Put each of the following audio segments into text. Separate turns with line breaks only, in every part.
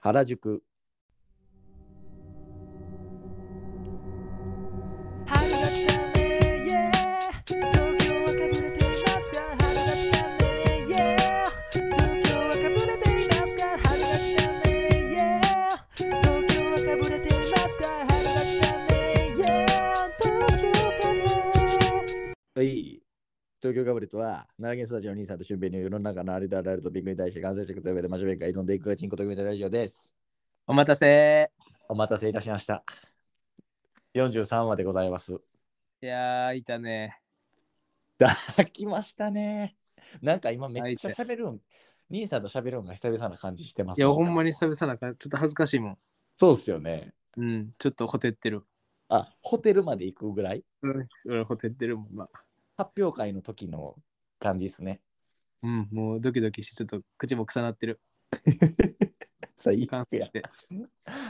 原宿
春が来たね、イェー東京はかぶれていますが春が来たね、イェー東京はかぶれていますが春が来たね、イェー東京はかぶれていますが春が来たね、イェー東京かぶれ
はい東京ガブレットは奈良県育ちの兄さんと俊平に世の中のあれとあらゆるトピックに対して完全してく上で真面目に挑んでいくがチンコと組みたラジオです
お待たせ
お待たせいたしました43話でございます
いやー、いたね。
書きましたねなんか今めっちゃ喋るん兄さんと喋るんが久々な感じしてます
いや、ほんまに久々な感じ、ちょっと恥ずかしいもん。
そうっすよね
うん、ちょっとホテってる。
あホテルまで行くぐらい
うん、俺ホテってるもん、まあ。
発表会の時の感じですね
うん、もうドキドキして、ちょっと口も臭なってる。
最
感
悪
染
や
して。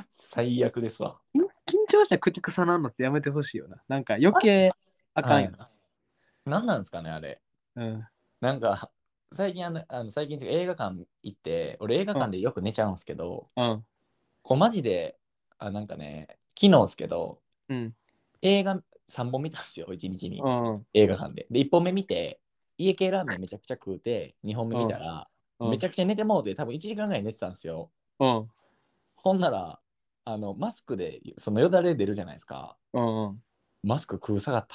最悪ですわ
緊緊張したら口臭なんのってやめてほしいよな。なんか余計あかんよな。
はい何なんですかねあれ
うん。
なんか最近あのあの最近っていうか映画館行って俺映画館でよく寝ちゃうんですけど、
うん。
こうマジであなんかね昨日ですけど
うん。
映画3本見たんですよ1日に、
うん。
映画館でで1本目見て家系ラーメンめちゃくちゃ食うて2本目見たら、
うん
めちゃくちゃ寝てもうて多分1時間ぐらい寝てたんですよ
うん。
ほんならあのマスクでそのよだれ出るじゃないですか
うん。うん。
マスク食うさかった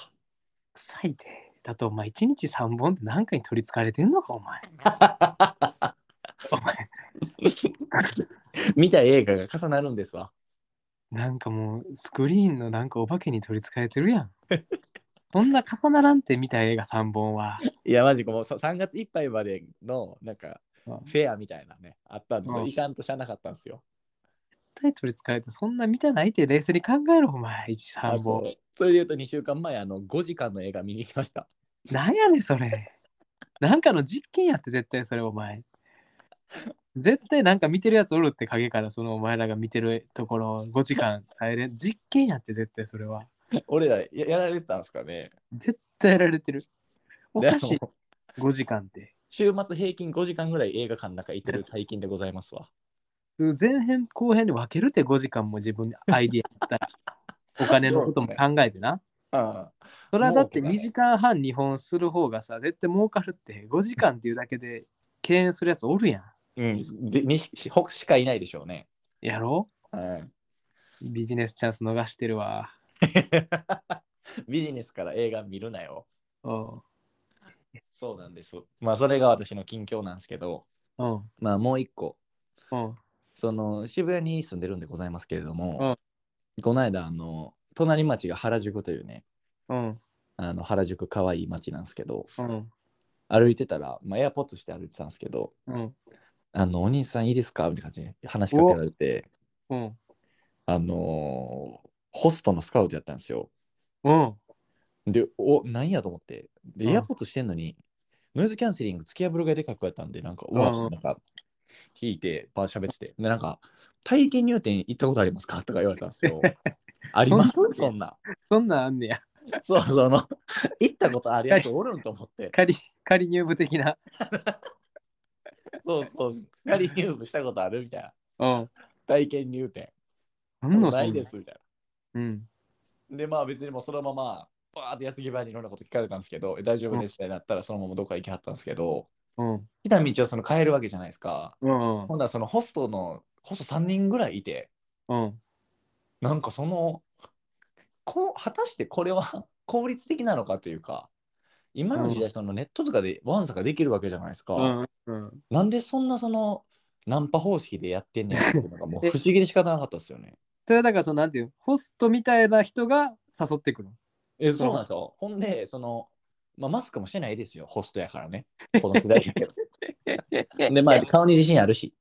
臭いで。だとお前1日3本って何かに取りつかれてんのかお前。 お前
見た映画が重なるんですわ。
なんかもうスクリーンのなんかお化けに取りつかれてるやん。そんな重ならんて見た映画3本は。
いや、マジもう3月いっぱいまでのなんか
う
フ
ん
ェアみたいなね、あったんです
う
よ。
ん
いかんとしゃあなかったんですよ。
絶対取りつかれてそんな見たないって冷静に考えろお前1、
あ
3
そ
本。
うそれで言うと2週間前、あの5時間の映画見に行きました。
なんやねんそれ。なんかの実験やって絶対それお前。絶対なんか見てるやつおるって影からそのお前らが見てるところ5時間耐えれん実験やって絶対それは。
俺らややられてたんですかね。
絶対やられてる。おかし
で
い
も
5時間って。
週末平均5時間ぐらい映画館の中行ってる最近でございますわ。
前編後編で分けるって5時間も自分でアイディアやったらお金のことも考えてな。
ああ
それはだって
儲けたね
2時間半2本する方がさ絶対儲かるって5時間っていうだけで敬遠するやつおるや
うん。で、にしほしかいないでしょうね。
ん。やろ
うん、
ビジネスチャンス逃してるわ。
ビジネスから映画見るなよ。
うん。
そうなんです。まあ、それが私の近況なんですけど、
うん。
まあ、もう一個。
うん。
その渋谷に住んでるんでございますけれども、この間あの隣町が原宿というね
うん。
あの原宿かわいい町なんですけど
うん。
歩いてたら、まあ、エアポッドして歩いてたんですけど
うん。
「あのお兄さんいいですか?」みたいな感じで話しかけられて
うん。
あのーホストのスカウトやったんですよ
うん。
でお何やと思ってで
うん
エアポッドしてんのに、ノイズキャンセリング突き破るがでかくやったんでなんかうわ、
うん
なんか聞いてバー喋っててでなんか体験入店行ったことありますかと か言われたんです よあります
そんな
そんな
そんなんあんねや。
そう、その、 行ったことあるやつおるんと思って。
仮、仮入部的な。
そうそう、仮入部したことあるみたいな。
うん。
体験入店。
なんのそん
な
ない
ですみたい
うん。
な。で、まあ別にもうそのまま、バーってやつぎばにいろんなこと聞かれたんですけど、え大丈夫ですみたいになったら、そのままどっか行きはったんですけど、
うん。
来た道をその変えるわけじゃないですか。
うん。
ほんならそのホストの、ホスト3人ぐらいいて、
うん。
なんかその、こう果たしてこれは 効率的なのかというか、今の時代、そのネットとかでワンサができるわけじゃないですか。
うん。うん。
なんでそんなそのナンパ方式でやってんねんっていうのがもう不思議で仕方なかったですよね。
それはだからそのなんていうホストみたいな人が誘ってくるの。
え、そうなんですよ。ほんで、その、まあ、マスクもしてないですよ、ホストやからね。この世代だ けどで、まあ、顔に自信あるし。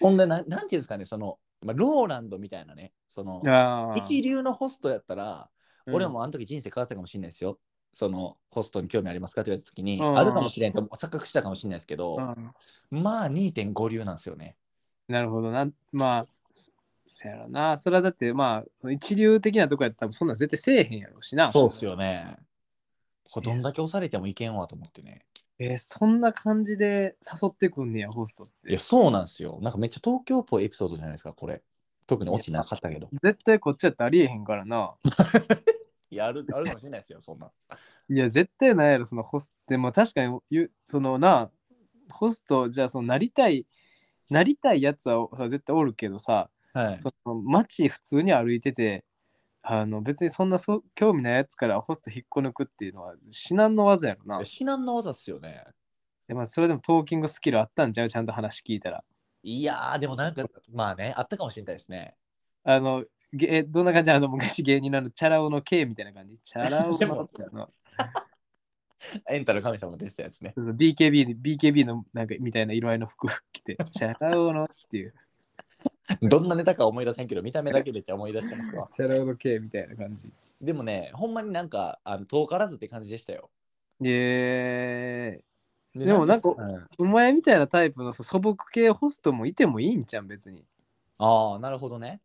ほんでな、なんていうんですかね、その、まあ、ローランドみたいなね、その、
あー
一流のホストやったら、
うん
俺もあの時人生変わってたかもしれないですよ。そのホストに興味ありますかって言われた時に、
うん
あるかもしれないと錯覚したかもしれないですけど、
うん
まあ2.5流なんですよね。
なるほどな。まあ、そそやろな。それはだってまあ、一流的なとこやったらそんなん絶対せえへんやろうしな。
そうっすよね。これどんだけ押されてもいけんわと思ってね。
えーそんな感じで誘ってくんねや、ホストっ
いや、
て。
そうなんですよ。なんかめっちゃ東京っぽいエピソードじゃないですか、これ。特に落ちなかったけど。
絶対こっちやってありえへんからな。
いや、ある、あるかもしれないですよ、そんな。
いや、絶対ないやろ、そのホスト。でも確かに、ゆそのな、ホスト、じゃあ、そのなりたい、なりたいやつはさ絶対おるけどさ、
はい。
その街普通に歩いてて、あの別にそんなそ興味ないやつからホスト引っこ抜くっていうのは至難の技やろな。
至難の技っすよね。
でまあ、それでもトーキングスキルあったんちゃうちゃんと話聞いたら。
いやー、でもなんか、まあね、あったかもしれないですね。
あの、げえどんな感じあの昔芸人のあのチャラ男の K みたいな感じ。チャラ男
でも
のあの
エンタの神様出てたやつね。
そうそう DKB, BKB のなんかみたいな色合いの服 着て、チャラ男のっていう。
どんなネタか思い出せんけど、見た目だけめっちゃ思い出してますわ。
チャラ男の K みたいな感じ。
でもね、ほんまになんか、あの遠からずって感じでしたよ。
えでもなんか
うん
ー、お前みたいなタイプのそう素朴系ホストもいてもいいんじゃん、別に。
ああ、なるほどね。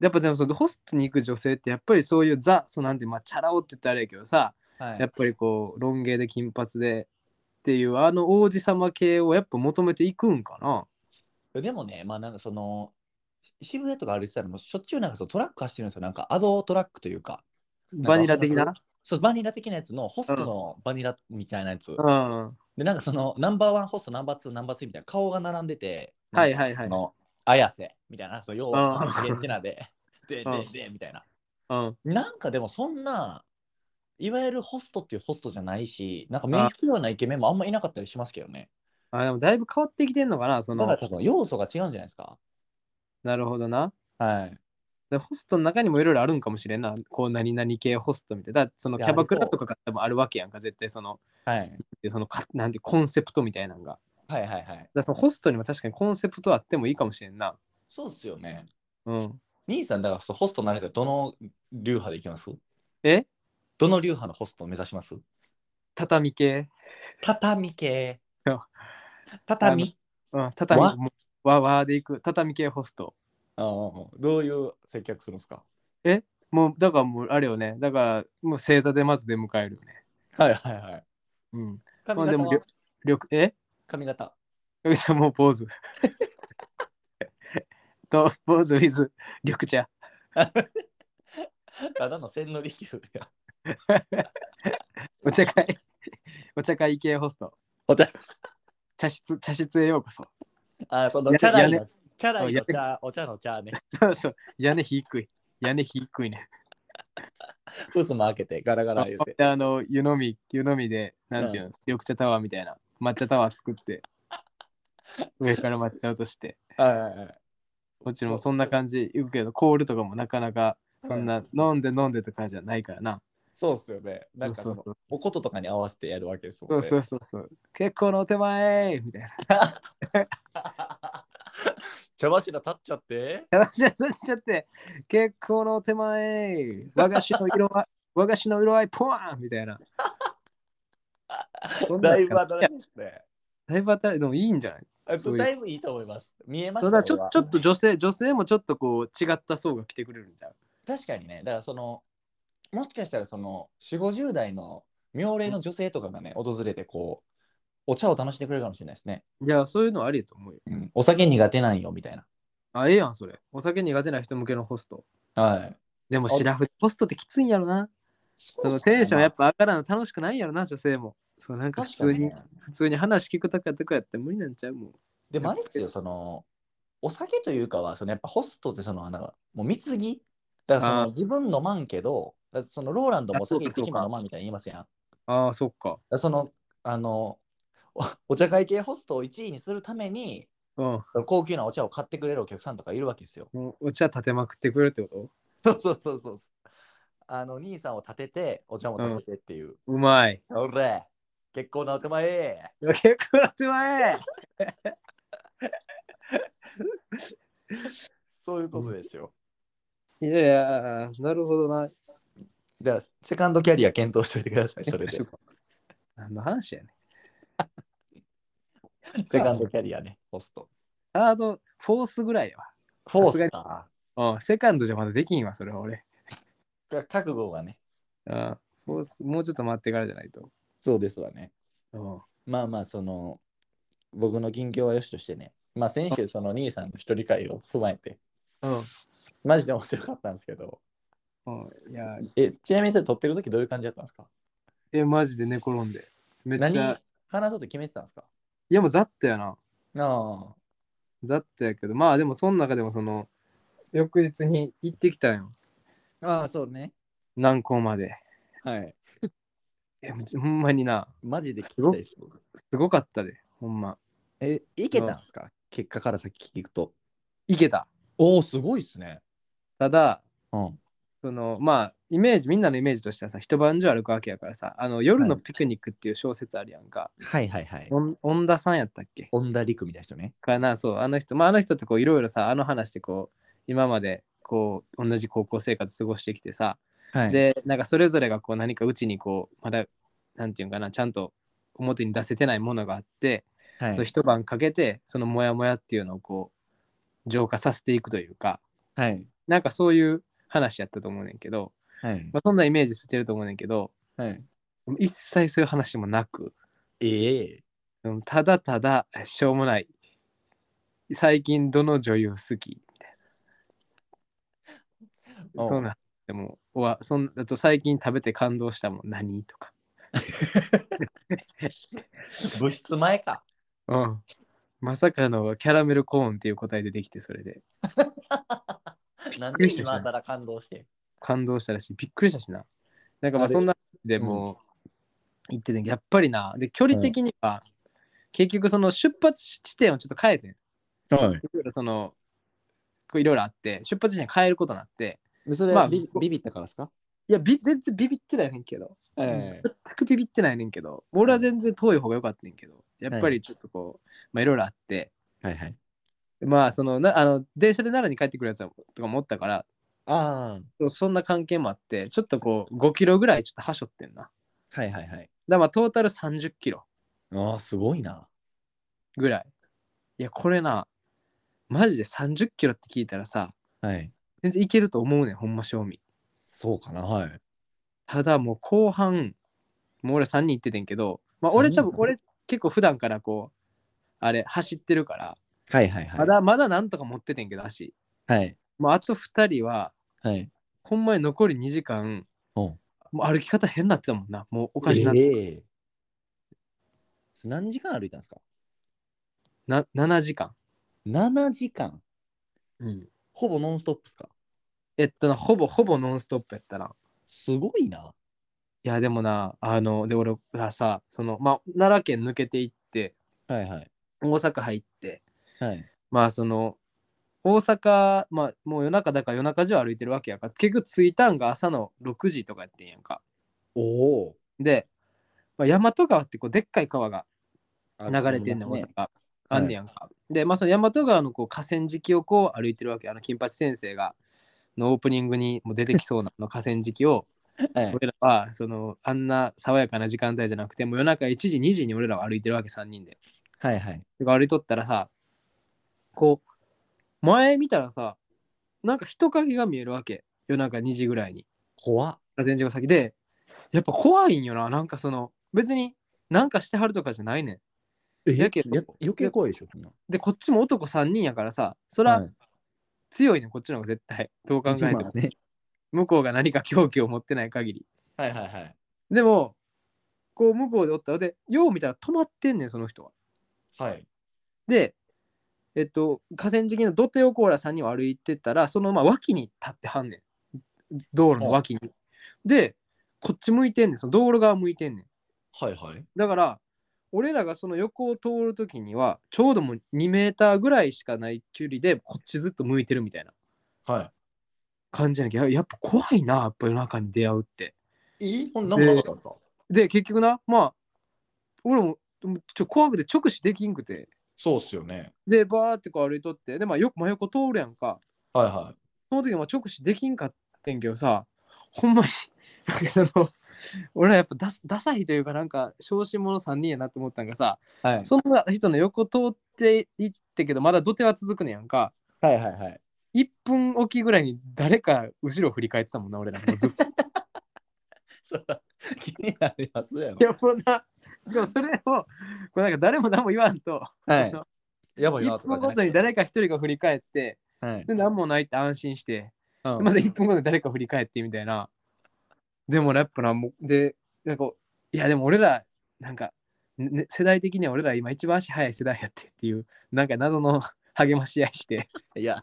やっぱでもそのホストに行く女性ってやっぱりそういうザ、そうなんて、まあ、チャラ男って言ったらあれやけどさ、
はい
やっぱりこう、ロン毛で金髪でっていう、あの王子様系をやっぱ求めていくんかな。
でもね、まあなんかその、渋谷とか歩いてたら、もうしょっちゅうなんかそのトラック走ってるんですよ。なんかアドトラックというか、か
バニラ的な。
そうバニラ的なやつのホストのバニラみたいなやつ。
うん。
で、なんかそのナンバーワンホスト、ナンバーツー、ナンバースリーみたいな顔が並んでて、
はいはいは
そ
い
の綾瀬みたいな、その要は
うん
ゲンテナで、で、で
うん、
で、みたいな。
うん。
なんかでもそんな、いわゆるホストっていうホストじゃないし、なんか名副ようなイケメンもあんまいなかったりしますけどね。
あ、でもだいぶ変わってきてんのかな、そ
だから
の。
多分要素が違うんじゃないですか。
なるほどな。
はい。
でホストの中にもいろいろあるんかもしれんな。こう、何々系ホストみたいな。だその
いや
キャバク
あり
ラ
そう
とかが多分あるわけやんか、絶対その、
はい。
でそのか、なんてコンセプトみたいなのが。だ
は
か
いはいはい。
らそのホストにも確かにコンセプトあってもいいかもしれんな。
そうっすよね。
うん。
兄さん、だからそうホストになれたらどの流派でいきます
え
どの流派のホストを目指します
畳系。
畳系
いや。
畳
うん、畳
わ
もうわわーでいく。畳系ホスト。
うんうんうんどういう接客するんですか
もう、だからもう、あれよね。だから、もう正座でまず出迎えるよね。
はいはいはい。
うん。ま
髪
あ
型
でも
は
りょ、緑、え
髪型。
よきさんもうポーズ。 と、ポーズ with 緑茶。
ただの千利休や。
お茶会、 お茶会系ホスト。
お茶、
茶室、茶室へようこそ。
あ、そ
い
の
や
チャラい
いや
の、チャラい
いや
の茶、お茶の茶ね。
そうそう。屋根低い。屋根低いね。
渦も開けて、ガラガラ言うて。
で、あの、湯飲み、湯飲みで、なんていうの、緑茶タワーみたいな、抹茶タワー作って、上から抹茶落として。
はいはいはい。
もちろんそんな感じ行くけど、コールとかもなかなか、そんな飲んで飲んでとかじゃないからな。
そうっすよね。なんか
そ
そう
そ
の
うそう
おこととかに合わせてやるわけですもん
そう
ね。
そうそうそう。結構のお手前みたいな。
茶柱立っちゃって。
話になっちゃって、結構のお手前和菓子の色合い、 和菓子の色合い、ポワンみたいな。そんな
だ
ん
い
しか
ぶ新しいですね。
だいぶ当たり、でもいいんじゃない
あ
そういう
だいぶいいと思います。見えまし
そうだ
た
ちょちょっと女性、女性もちょっとこう違った層が来てくれるんじゃん。
確かにね、だからその、もしかしたらその、4 50代の妙齢の女性とかがね、訪れてこう、お茶を楽しんでくれるかもしれないですね。
いや、そういうのありやと思うよ。
うん、お酒苦手なんよ、みたいな。
あ、ええやん、それ。お酒苦手な人向けのホスト。
はい。
でも、シラフ、ホストってきついんやろな。そのテンションやっぱ上がらんの楽しくないんやろな、女性も。そう、なんか普
確
通
か
に、
にね、
普通に話聞くとかとかやって無理なんちゃうもん。
でもあれですよ、その、お酒というかは、そのやっぱホストってその、なんか、もう貢ぎ。だからそ
あー
の、自分飲まんけど、だからその、ローランドもお
あそう
酒
か
一滴
そう
も
か
飲まんみたいに言いますやん。だか
ああ、そっか。
らその、あの、おお茶会系ホストを1位にするために、
うん。
高級なお茶を買ってくれるお客さんとかいるわけですよ。
もうお茶立てまくってくれるってこと
そうそうそうそうそう。あの、兄さんを立てて、お茶も立ててっていう。
うまい。
おれ、結構なお手前。
結構な手前
そういうことですよ。
いやいや、なるほどな。
じゃあ、セカンドキャリア検討しておいてください、そ れで。
ちょっ
セ
と何の話やねん。
カンドキャリアね、ホスト。
サード、フォースぐらいや
フォー
さすが
ス
に
か。
わ。うん、セカンドじゃまだできんわ、それは俺。
か覚悟がね。
うん、フォース、もうちょっと待ってからじゃないと。
そうですわね。
うん。
まあまあ、その、僕の近況はよしとしてね、まあ先週、その兄さんの一人会を踏まえて、マジで面白かったんですけど、
うん。うん。いや、
え、ちなみにそれ撮ってる時どういう感じだったんですか
え、マジで寝転んで。めっ
何
ちゃ、
話そうと決めてたんですか
いやもうざっとやな。
あ
ざっとやけど、まあでもその中でもその、翌日に行ってきたんよ。
あ。ああ、そうね。
南港まで。
はい。
え、ほんまにな、
マジで聞き
すご
た
く
いです。
すごかったで、ほんま。
え、いけたんですか結果から先聞くと。
行けた。
おお、すごいっすね。
ただ、
うん。
そのまあイメージみんなのイメージとしてはさ一晩中歩くわけやからさあの夜のピクニックっていう小説あるやんか、
はいはいはい。
おん恩田さんやったっけ
オンダリクみたいな人ね。
かなそうあの人まああの人ってこういろいろさあの話でこう今までこう同じ高校生活過ごしてきてさ、
はいで、
でなんかそれぞれがこう何かうちにこうまだなんていうんかなちゃんと表に出せてないものがあって、
はい
そう一晩かけてそのモヤモヤっていうのをこう浄化させていくというか
はい。
なんかそういう話やったと思うねんけど、
はい
ま。あ、そんなイメージ捨てると思うねんけど
はい、
一切そういう話もなく
ええ
うんただただしょうもない最近どの女優好きみたい
お
な
う
そうなんでもうわそんあと最近食べて感動したもん何とか
物質前 か。
うんまさかのキャラメルコーンっていう答え出てきてそれで
なん
く
で
りしたし
今から感動して。
感動したらしいびっくりしたしななんか
あ
まあ
れ
そんなでもう言っててんけどやっぱりなで距離的には結局その出発地点をちょっと変えてんい
は
ろいろそのこういろいろあって出発地点変えることになって
い。それ、
まあ
ビビビったからですか
いやビ全然ビビってないねんけど
え
全くビビってないねんけど俺は全然遠い方が良かったねんけどやっぱりちょっとこう、まあいろいろあって
はいはい。
まあそのなあの電車で奈良に帰ってくるやつとかもおったから
あ
そうそんな関係もあってちょっとこう5キロぐらいちょっとはしょってんなだか
あ。はいはいはい。
らまあトータル30キロ
ああ、すごいな。
ぐらいいやこれなマジで30キロって聞いたらさ
はい。
全然いけると思うねんほんま正味
そうかな。はい。
ただもう後半もう俺3人行っててんけど、まあ、俺
三
多
人
分俺結構普段からこうあれ走ってるから
はいはいはい。
まだまだなんとか持っててんけど足
はい。
もうあと2人は
はい。
ほんまに残り2時間
おう
もう歩き方変になってたもんなもうおかしな,、
ええ何時間歩いたんですか
な7時間、
?7 時間。ほぼノンストップですか
えっとなほぼほぼノンストップやったな
すごいな。
いやでもなあので俺らさその、まあ、奈良県抜けていって
はいはい。
大阪入って
はい。
まあその大阪、まあ、もう夜中だから夜中中歩いてるわけやから結局着いたんが朝の6時とかやってんやんか
おお。
で、まあ、大和川ってこうでっかい川が流れてんねん、大
ね
阪。あんねやんか。で、まあ、その大和川のこう河川敷をこう歩いてるわけ。あの、金八先生が、のオープニングにも出てきそうなあの河川敷を、
はい。
俺らは、その、あんな爽やかな時間帯じゃなくて、もう夜中1時、2時に俺らは歩いてるわけ、3人で。
はいはい。
で歩いとったらさ、こう、前見たらさ、なんか人影が見えるわけ。夜中2時ぐらいに。
怖っ。
河川敷の先で、やっぱ怖いんよな。なんかその、別になんかしてはるとかじゃないねん。
え
やけど
や余計怖いでしょ、そんな。
でこっちも男3人やからさそら
い、
強いね、こっちの方が絶対どう考えても、
まあね。
向こうが何か凶器を持ってない限り
はいはいはい。
でもこう向こうでおったらでよう見たら止まってんねんその人は
はい。
でえっと河川敷の土手をコーラさんには歩いてたらそのまあ脇に立ってはんねん道路の脇にでこっち向いてんねんその道路側向いてんねん
はいはい。
だから俺らがその横を通るときにはちょうどもう2メーターぐらいしかない距離でこっちずっと向いてるみたいな
は
感じやねんけどややっぱ怖いなやっぱ夜中に出会うって
い。えほん
なんもなかった
んですか
で結局なまあ俺ももうちょ怖くて直視できんくて
そうっすよね。で
でバーってこう歩いとってでまあよく真横通るやんか
はいは
その時まあ直視できんかってんけどさほんまに なんかその俺らやっぱダスダサいというかなんか小心者3人やなと思ったんがさ
い。はい。
そんな人の横通っていってけどまだ土手は続くねやんか
はいはいはい。
1分おきぐらいに誰か後ろ振り返ってた もんな俺らもうずっと
そら、気になりますよ
い。やもうな しかもそれをこうなんか誰も何も言わんと、
はい
その。
やばいな
1
とかじ
分
ゃ
ご
な
と
く
に
て。
誰か一人が振り返って
はい
で何もないって安心して
うん
まだ1分ごとに誰か振り返ってみたいなでもやっぱなもうでなんかいやでも俺らなんか、ね、世代的には俺ら今一番足早い世代やってっていうなんか謎の 励まし合いして
いや、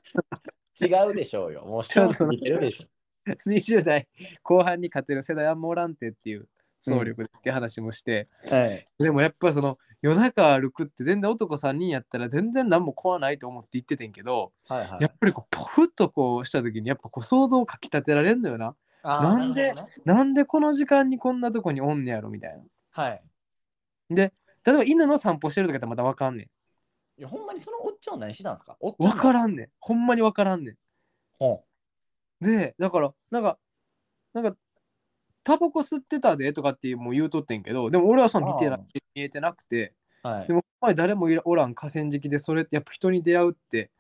違うでしょうよ。もう下を過ぎてるでしょ。
20代後半に勝てる世代はもおらんてっていう総力でっていう話もして、
はい。
でもやっぱその夜中歩くって全然男3人やったら全然何も怖ないと思って言っててんけど、
はいは
やっぱりこうポフッとこうした時にやっぱこう想像をかきたてられんのよな
あー
なんで
るほどね
なんでこの時間にこんなとこにおんねやろみたいな
はい。
例えば犬の散歩してるとかやったらまだわかんね
いや、ほんまにそのおっちゃんは何してたんですかおっ
ん
ちゃん
わかららんねんほんまにわからんねんでだからなんかなんかタバコ吸ってたでとかってもう言うとってんけどでも俺はその見てな
ああ
見えてなくて
はい
で。もここまで誰もいらおらん河川敷でそれってやっぱ人に出会うって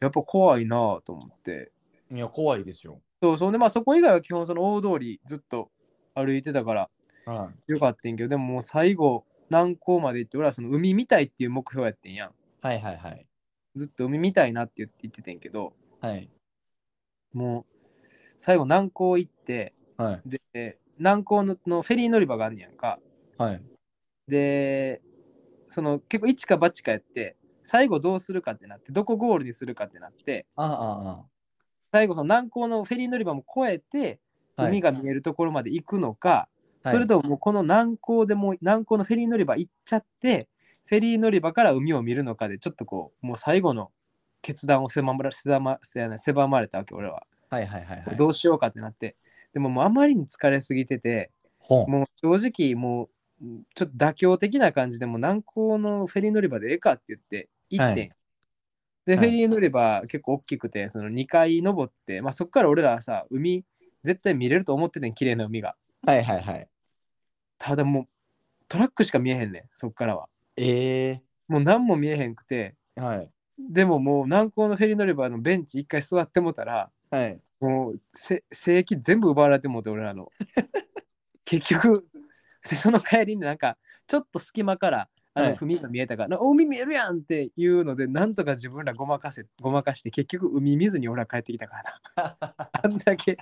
やっぱ怖いなぁと思って
いや、怖いですよ。
そうそうでまあそこ以外は基本その大通りずっと歩いてたから
は
よかったんけどでももう最後南港まで行って俺はその海見たいっていう目標やってんやん
いはいはいはい。
ずっと海見たいなって言って言っててんけど
はい。
もう最後南港行って
はい。
で南港ののフェリー乗り場があんねやんか
はい。
でその結構一か八かやって最後どうするかってなってどこゴールにするかってなって
ああ、
最後その南港のフェリー乗り場も越えて
ああ。
海
が、
が見えるところまで行くのか、
はい
それとももうこの南港でもう南港のフェリー乗り場行っちゃってフェリー乗り場から海を見るのかでちょっとこうもう最後の決断を狭まら狭ませやな狭まれたわけ俺は、
はいはいはいはい。
どうしようかってなってでももうあまりに疲れすぎてて
本
もう正直もうちょっと妥協的な感じでもう南港のフェリー乗り場でええかって言って行ってん、
はい
で、
はい
フェリー乗り場結構大きくてその2階登って、まあ、そこから俺らはさ海絶対見れると思っててん綺麗な海が
はいはいはい。
ただもうトラックしか見えへんねんそっからは
え
もう何も見えへんくて
え。はい。
でももう南港のフェリー乗り場のベンチ一回座ってもうたら
はい。
もうせ正規全部奪われてもうて俺 らの結局でその帰りになんかちょっと隙間からあ
は
の
い
海が見えたから、な海見えるやんっていうのでなんとか自分らごまかせごまかして結局海見ずに俺ら帰ってきたからな あん だけ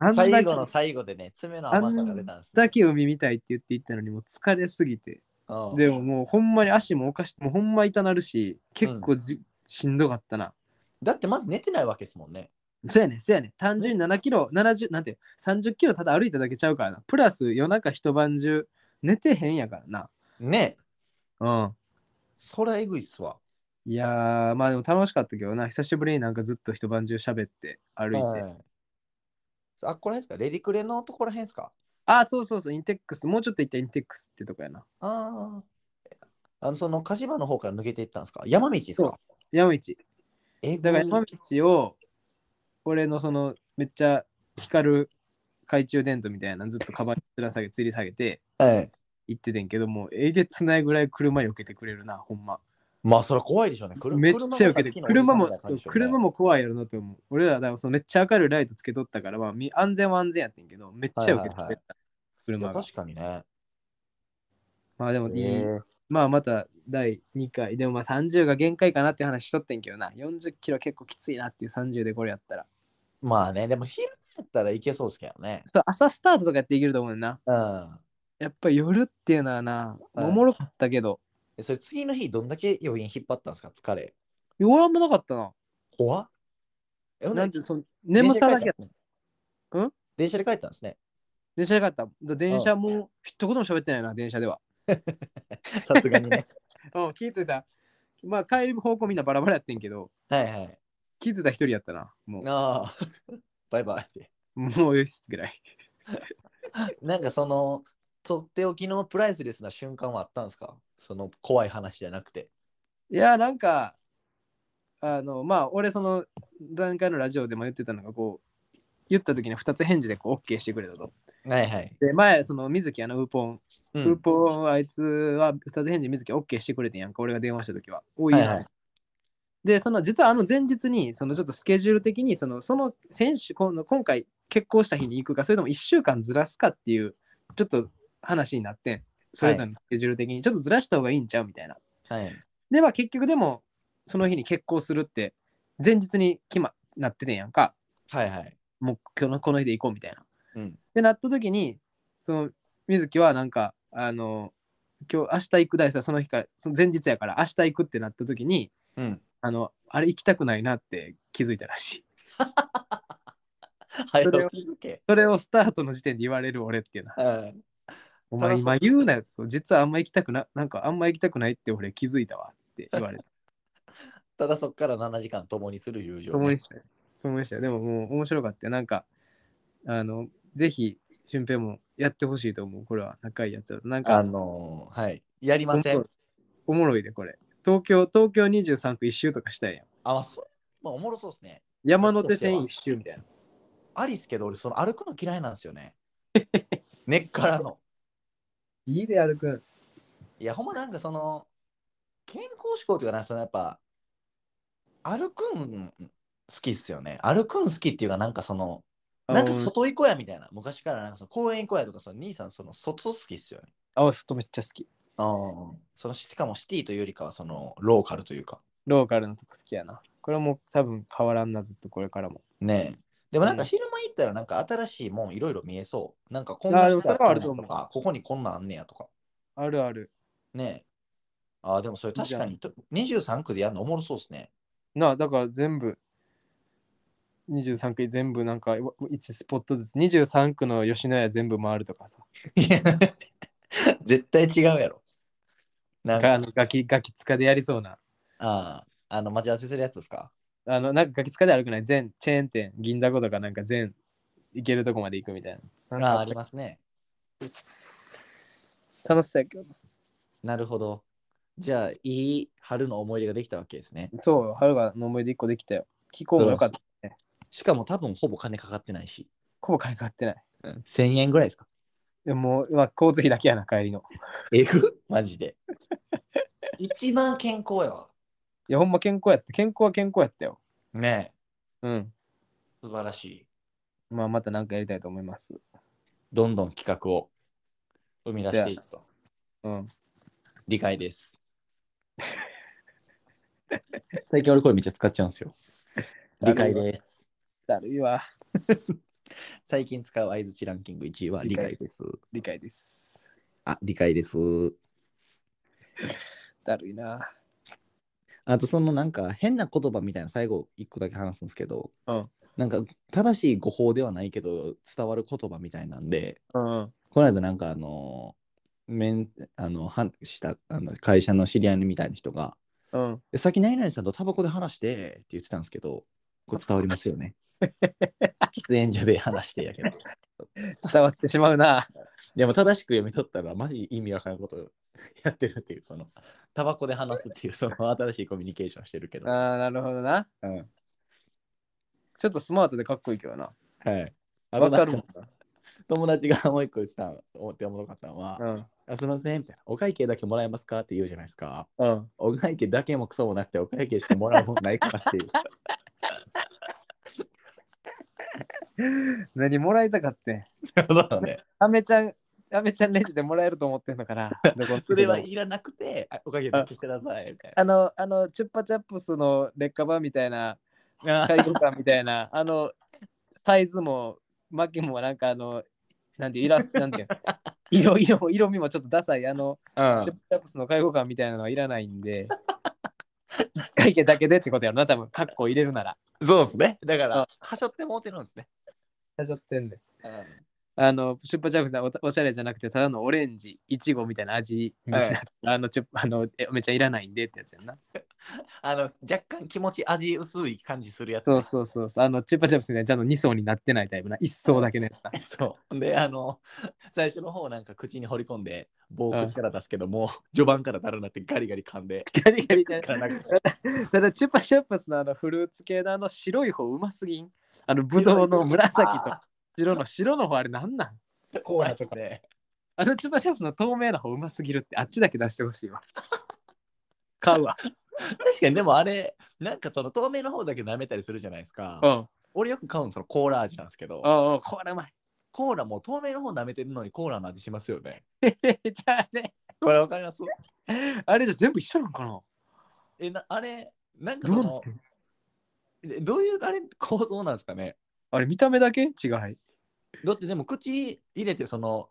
あんだ
最
けあん
後の最後でね、爪の甘さが出たんです、ね
だ。け海見たいって言って行ったのにもう疲れすぎて
うん
でももうほんまに足もおかしもうほんま痛なるし結構じ、しんどかったな
だってまず寝てないわけですもんね。
そうやねんそうやねん単純に7キロ70なんていう30キロただ歩いただけちゃうからなプラス夜中一晩中寝てへんやからな
ね
うん
そりゃえぐいっすわ。
いやーまあでも楽しかったけどな久しぶりになんかずっと一晩中喋って歩いて、
はいあ、これですかレディクレのところへんですか
ああそうそうそうインテックスもうちょっと行ったらインテックスってとこやな
ああ。あの、その鹿島の方から抜けていったんですか山道です
そ
か
山道
えぐ
だ
い
から山道を俺のそのめっちゃ光る懐中電灯みたいなのずっとカバンにつら下げ吊り下げて
はい。
行っててんけどもうえげつないぐらい車避けてくれるなほんま
まあ、それは怖いでしょうね。車
めっちゃ避けて
車
車も
がさ
そ
っ
う
きのおじさんみたいな感じでしょうね
車も怖いやろなと思う俺らだからそのめっちゃ明るいライトつけとったから、まあ、み安全は安全やってんけどめっちゃ避けてくれた、
はいはいはいい
車
や
が
確かにね。
まあでもいい、
え
まあまた第2回でもまあ30が限界かなっていう話しとってんけどな40キロ結構きついなっていう30でこれやったら
ーまあね、でも昼やったらいけそうですけどね。
そう朝スタートとかやっていけると思うねんな
うん。
やっぱ夜っていうのはな、
はい
おもろかったけど、
えそれ次の日、どんだけ余韻引っ張ったんですか疲れ。
俺あんまなかったな。
怖っえ、ほんで
なんてその眠さだけやった。うん
電車で帰ったんですね。
電車で帰った。だ電車もう一言も喋ってないな、電車では。
電車で帰ったんですねさすがに ね。
うん、気ぃついた。まあ帰る方向みんなバラバラやってんけど、
はいはい。
気づいた一人やったな。もう、
ああ、 バイバイ。
もうよしぐらい。
なんかその、とっておきのプライスレスな瞬間はあったんですかその怖い話じゃなくて。
いや、なんか、あの、まあ、俺、その、段階のラジオでも言ってたのが、こう、言った時に2つ返事でこう OK してくれたと。
はいはい。
で、前、その水木、あの、ウーポン、
う
ウー
ん、
ポン、あいつは2つ返事水木 OK してくれてんやんか、俺が電話した時は。おいいな
はいはい
で、その、実はあの前日に、そのちょっとスケジュール的に、その、その選手、この今回、結婚した日に行くか、それとも1週間ずらすかっていう、ちょっと話になってんそれぞれのスケジュール的に、ちょっとずらした方がいいんちゃうみたいな。
はい。
で、まあ結局でも、その日に結婚するって、前日に決まなっててんやんか。
はいはい。
もう今日のこの日で行こうみたいな。
うん。
で、なった時に、その、水木はなんか、あの、今日明日行く大さその日から、その前日やから明日行くってなった時に、
うん。
あの、あれ行きたくないなって気づいたらしい。
早く気づけ。
それをスタートの時点で言われる俺っていうのは。
うん。
お前今言うなよ。そう実はあんま行きたくな、なんかあんま行きたくないって俺気づいたわって言われた。
ただそっから7時間共にする友情、
共にしたよ。共にしたよ。でももう面白かったよ。なんか、あの、ぜひ、俊平もやってほしいと思う。これは仲いいやつだと。なん
あ
か、
のーはい。やりませ
おも
ん
ろ。おもろいで、これ。東京、東京23区一周とかしたいやん。
あ、まあ、そう。まあ、おもろそうですね。
山手線一周みたいな。
ありっすけど、俺、その歩くの嫌いなんですよ ね。根っからの。
いいで、歩くん。
いや、ほんまなんかその、健康志向というかな、そのやっぱ、歩くん好きっすよね。歩くん好きっていうか、なんかその、なんか外行こうやみたいな。昔からなんかその公園行こうやとか、その兄さん、その外好きっすよね。
あ、外めっちゃ好き。
そのしかもシティというよりかは、そのローカルというか。
ローカルのとこ好きやな。これも多分変わらんな、ずっとこれからも。
ねえ。でもなんか
うん
昼間行ったらなんか新しいもんいろいろ見えそう。なんかこん
あ
な
ーでも
人や
それはあると思う
こんなんとか、ここにこんなんあんねやとか。
あるある。
ねえ。ああ、でもそれ確かにと23区でやるのおもろそうっすね。
なあだから全部23区全部なんか1スポットずつ23区の吉野家全部回るとかさ
いや絶対違うやろ。なん
が
か、
あのガキガキ使でやりそうな
ああ、あの、待ち合わせするやつですか。
あのなんかガキ使で歩くない全チェーン店銀だことかなんか全行けるとこまで行くみたいな
ああ、
な
あ
ん
り
か
ますね。
楽しそうやけど
なるほど。じゃあ、いい春の思い出ができたわけですね。
そうよ春がの思い出1個できたよ気候も良かった
しかも多分ほぼ金かかってないし、
ほぼ金かかってない
1000円ぐらいですか。
でももう、まあ、交通費だけやな帰りの
えぐマジで。 一番健康やわ。
いやほんま健康やって健康は健康やったよ
ねえ、
うん
素晴らしい。
まあまた何かやりたいと思います
どんどん企画を生み出していくと。
うん
理解です。 最近俺これめっちゃ使っちゃうんですよ。理解です。
だるいわ
最近使う相づちランキング1位は理解です。
理解です
あ、理解です。
だるいな
あとそのなんか変な言葉みたいな最後1個だけ話すんですけど、
うん
なんか正しい語法ではないけど伝わる言葉みたいなんで、
うん。
この間なんかあの、面あのはしたあの会社の知り合いみたいな人が、
うん。
えさっき何々さんとタバコで話してって言ってたんですけど、これ伝わりますよね。 喫煙所で話してやけど。
伝わってしまうな。
でも正しく読み取ったら、マジ意味わからんことやってるっていう、その、タバコで話す っていう、その新しいコミュニケーションしてるけ
あ
ど。
あ、なるほどな。
うん、
ちょっとスマートでかっこいいけどな。
はい。あ
わかる
とな
も
ん
んな。
友達がもう一個言ってたの、思っておもろかったのは、
うん。
あすみません、みたいな。お会計だけもらえますかって言うじゃないですか。
うん。
お会計だけもクソもなくて、お会計してもらうもんないからって いう。
何もらいたかってん。
そうだね。
アメちゃん、アメちゃんレジでもらえると思ってんの から。どこの店でも
それはいらなくて、あお会計だけください、みたいな。
あの、あの、チュッパチャップスの劣化版みたいな、介護官みたい な、あの、サイズも、マキもなんかあの、なんていうイラスト、なん ていう色、色、色味もちょっとダサい。あ
う
の、
ん
チュッパチャップスの介護官みたいなのはいらないんで、一回計だけでってことやろな、多分カッコ入れるなら。
そうですね。だか
うん
ら、はしょってもうてるんですね。
ちょってんで。あの、チュッパチャップスのおおしゃれじゃなくて、ただのオレンジ、いちごみたいな味になって、
は
あの、チュッあの、えめっちゃいらないんでってやつやんな。
あの、若干気持ち味薄い感じするやつ。
そうそうそうそう。あの、チュッパチャップスみたいな、ちゃんと2層になってないタイプな、1層だけのやつ な。
そう。で、あの、最初の方なんか口に掘り込んで、棒を口から出すけども、序盤からだるなってガリガリ噛んで、
ガリガリだ
口からなくて
ただ、チュッパチャップスのあの、フルーツ系のあの、白い方うますぎん。あの、ぶどうの紫と
あ
白の、白の方あれなんなん
ーコーラとかで、
あの、チュッパチャップスの透明な方うますぎるって、あっちだけ出してほ しいわ。買うわ。
確かにでもあれ、なんかその透明の方だけ舐めたりするじゃないですか。
うん。
俺よく買うのそのコーラ味なんですけど、
おうおうこれうまい。
コーラもう透明の方舐めてるのにコーラの味しますよね。
じゃあね、
これわかります
あれじゃ全部一緒なんかな
えなあれなんか
ど
そう
なっ
の
てんの
えどういうあれ構造なんですかね
あれ見た目だけ違い。
だってでも口入れてその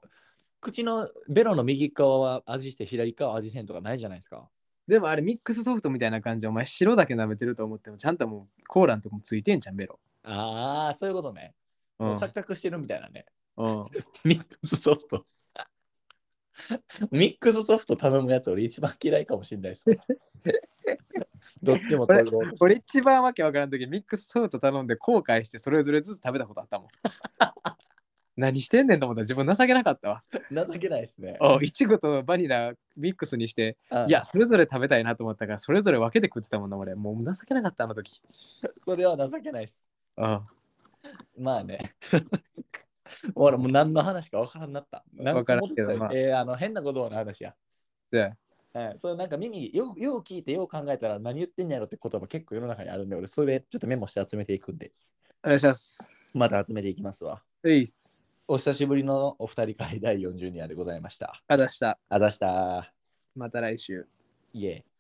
口のベロの右側は味して左側は味せんとかないじゃないですか。
でもあれミックスソフトみたいな感じお前白だけ舐めてると思ってもちゃんともうコーラのとこもついてんじゃんベロ。
ああそういうことね。
うん。
錯覚してるみたいなね。
うん、
ミックスソフト。ミックスソフト頼むやつ俺一番嫌いかもしれない です。どっちも食べようとして
俺一番わけわからん時ミックスソフト頼んで後悔してそれぞれずつ食べたことあ ったもん。何してんねんと思ったら自分情けなかったわ。
情けないですね。
おいちごとバニラミックスにして
あ
いやそれぞれ食べたいなと思ったからそれぞれ分けて食ってたもんな俺もう情けなかったあの時。
それは情けないです。
うん。
まあね。 俺もう何の話か分からんなった。なん
わからんけど
もっと
まあ
えーあの変な言葉の話や。
で
はい、それなんか耳よよう聞いてよう考えたら何言ってんやろって言葉結構世の中にあるんで俺それちょっとメモして集めていくんで
お願いします。
また集めていきますわ
ういっす。
お久しぶりのお二人会第42話でございました
あだした。
あざした
また来週。
イエーイ